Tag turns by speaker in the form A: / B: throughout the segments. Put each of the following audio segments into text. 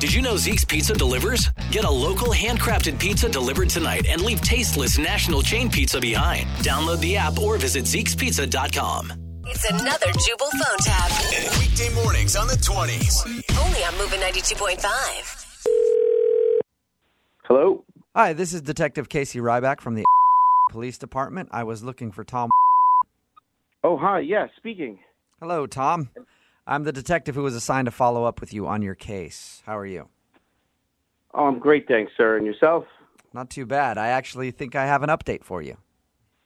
A: Did you know Zeke's Pizza delivers? Get a local handcrafted pizza delivered tonight and leave tasteless national chain pizza behind. Download the app or visit Zeke'sPizza.com.
B: It's another Jubal phone tab.
C: Weekday mornings on the 20s.
B: Only on Moving 92.5.
D: Hello?
E: Hi, this is Detective Casey Ryback from the Police Department. I was looking for Tom.
D: Oh, hi. Yeah, speaking.
E: Hello, Tom. I'm the detective who was assigned to follow up with you on your case. How are you?
D: Oh, I'm great, thanks, sir. And yourself?
E: Not too bad. I actually think I have an update for you.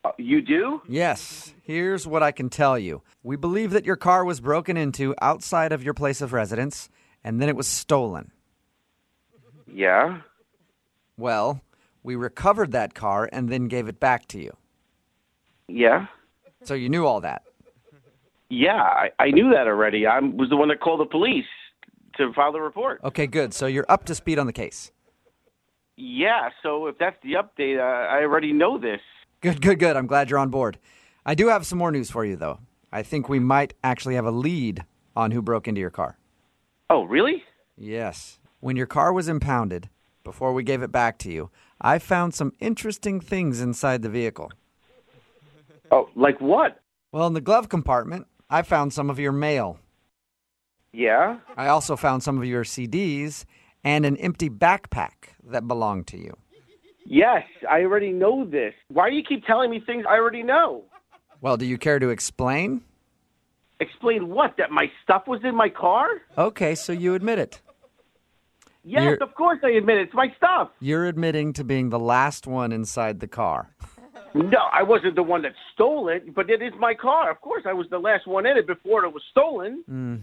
D: Uh, you do?
E: Yes, here's what I can tell you. We believe that your car was broken into outside of your place of residence, and then it was stolen.
D: Yeah.
E: Well, we recovered that car and then gave it back to you.
D: Yeah.
E: So you knew all that.
D: Yeah, I, I knew that already. I was the one that called the police to file the report.
E: Okay, good. So you're up to speed on the case.
D: Yeah, so if that's the update, uh, I already know this.
E: Good, good, good. I'm glad you're on board. I do have some more news for you, though. I think we might actually have a lead on who broke into your car.
D: Oh, really?
E: Yes. When your car was impounded, before we gave it back to you, I found some interesting things inside the vehicle.
D: Oh, like what?
E: Well, in the glove compartment, I found some of your mail.
D: Yeah.
E: I also found some of your CDs and an empty backpack that belonged to you.
D: Yes, I already know this. Why do you keep telling me things I already know?
E: Well, do you care to explain?
D: Explain what? That my stuff was in my car?
E: Okay, so you admit it.
D: Yes,
E: You're-
D: of course I admit it. It's my stuff.
E: You're admitting to being the last one inside the car.
D: No, I wasn't the one that stole it, but it is my car. Of course, I was the last one in it before it was stolen.
E: Mm.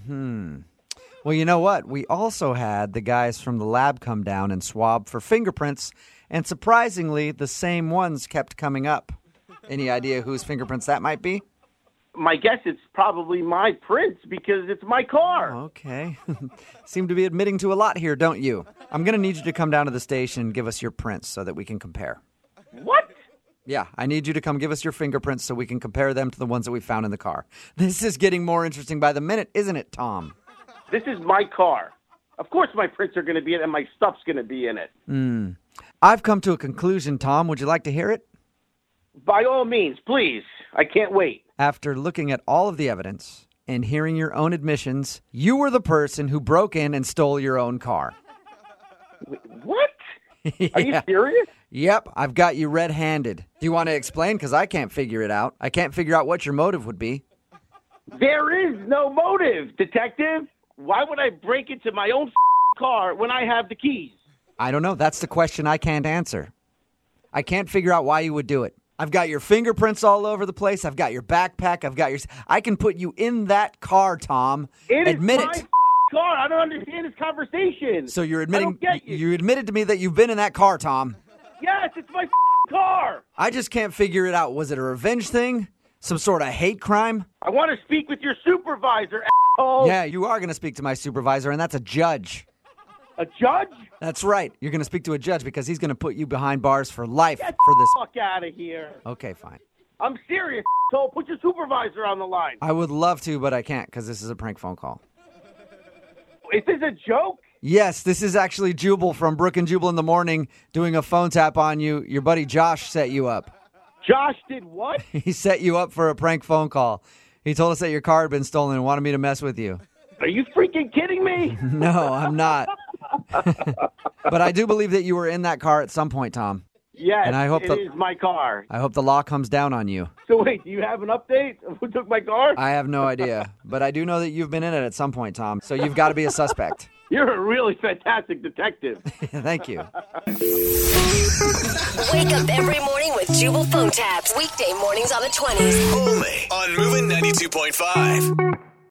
E: Well, you know what? We also had the guys from the lab come down and swab for fingerprints, and surprisingly, the same ones kept coming up. Any idea whose fingerprints that might be?
D: My guess it's probably my prints because it's my car.
E: Okay. Seem to be admitting to a lot here, don't you? I'm going to need you to come down to the station and give us your prints so that we can compare. Uh-huh.
D: What?
E: Yeah, I need you to come give us your fingerprints so we can compare them to the ones that we found in the car. This is getting more interesting by the minute, isn't it, Tom?
D: This is my car. Of course, my prints are going to be in it, and my stuff's going to be in it.
E: I've come to a conclusion, Tom. Would you like to hear it?
D: By all means, please. I can't wait.
E: After looking at all of the evidence and hearing your own admissions, you were the person who broke in and stole your own car.
D: What? Are you serious?
E: Yep, I've got you red handed. Do you want to explain? Because I can't figure it out. I can't figure out what your motive would be.
D: There is no motive, detective. Why would I break into my own car when I have the keys?
E: I don't know. That's the question I can't answer. I can't figure out why you would do it. I've got your fingerprints all over the place. I've got your backpack. I've got your. I can put you in that car, Tom.
D: It is
E: Admit
D: my
E: it.
D: car. I don't understand this conversation.
E: So you're admitting
D: I don't get you.
E: you admitted to me that you've been in that car, Tom.
D: Yes, it's my car.
E: I just can't figure it out. Was it a revenge thing? Some sort of hate crime?
D: I want to speak with your supervisor, asshole.
E: Yeah, you are going to speak to my supervisor, and that's a judge.
D: A judge?
E: That's right. You're going to speak to a judge because he's going to put you behind bars for life
D: Get
E: for this.
D: the fuck out of here.
E: Okay, fine.
D: I'm serious, asshole. Put your supervisor on the line.
E: I would love to, but I can't because this is a prank phone call.
D: Is this a joke?
E: Yes, this is actually Jubal from Brook and Jubal in the Morning doing a phone tap on you. Your buddy Josh set you up.
D: Josh did what?
E: He set you up for a prank phone call. He told us that your car had been stolen and wanted me to mess with you.
D: Are you freaking kidding me?
E: No, I'm not. but I do believe that you were in that car at some point, Tom.
D: Yes,
E: And I hope
D: it
E: the-
D: is my car.
E: I hope the law comes down on you.
D: So wait, do you have an update of who took my car?
E: I have no idea, but I do know that you've been in it at some point, Tom. So you've got to be a suspect.
D: You're a really fantastic detective.
E: Thank you.
B: Wake up every morning with Jubal phone tabs. Weekday mornings on the 20s.
C: Only on Moving 92.5.